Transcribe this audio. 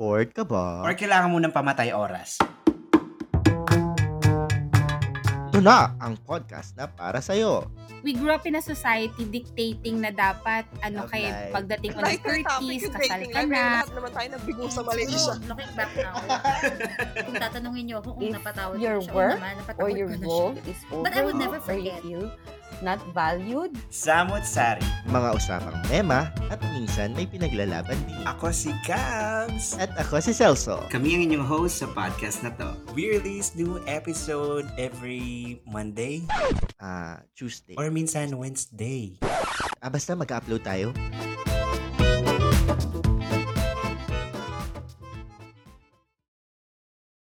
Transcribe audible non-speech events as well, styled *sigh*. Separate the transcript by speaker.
Speaker 1: Bored ka ba?
Speaker 2: Or kailangan mo ng pamatay oras.
Speaker 1: Ito na ang podcast na para sa'yo.
Speaker 3: we grew up in a society dictating na dapat ano
Speaker 1: Love
Speaker 3: kay
Speaker 1: life.
Speaker 3: pagdating mo ng
Speaker 4: Lighter topic
Speaker 3: 30s,
Speaker 4: yung
Speaker 3: kasal
Speaker 4: dating
Speaker 3: ka
Speaker 4: life.
Speaker 3: na.
Speaker 4: Kaya lahat naman tayo nagbigo sa Malaysia.
Speaker 5: Siguro, Looking back
Speaker 6: *laughs*
Speaker 5: now, kung tatanungin niyo ako kung
Speaker 6: If
Speaker 5: napatawad
Speaker 6: your
Speaker 5: ko siya
Speaker 6: work
Speaker 5: o naman, napatawad
Speaker 6: or
Speaker 5: ko
Speaker 6: your
Speaker 5: na
Speaker 6: role
Speaker 5: siya.
Speaker 6: is over
Speaker 5: But I would never
Speaker 6: or you
Speaker 5: forget.
Speaker 6: feel not valued,
Speaker 2: Samot Sari.
Speaker 1: Mga usapang tema at minsan may pinaglalaban din.
Speaker 2: Ako si Cabs.
Speaker 1: At ako si Celso.
Speaker 2: Kami ang inyong host sa podcast na to. We release new episode every Monday
Speaker 1: Ah, Tuesday.
Speaker 2: or minsan Wednesday.
Speaker 1: Ah, basta mag-upload tayo.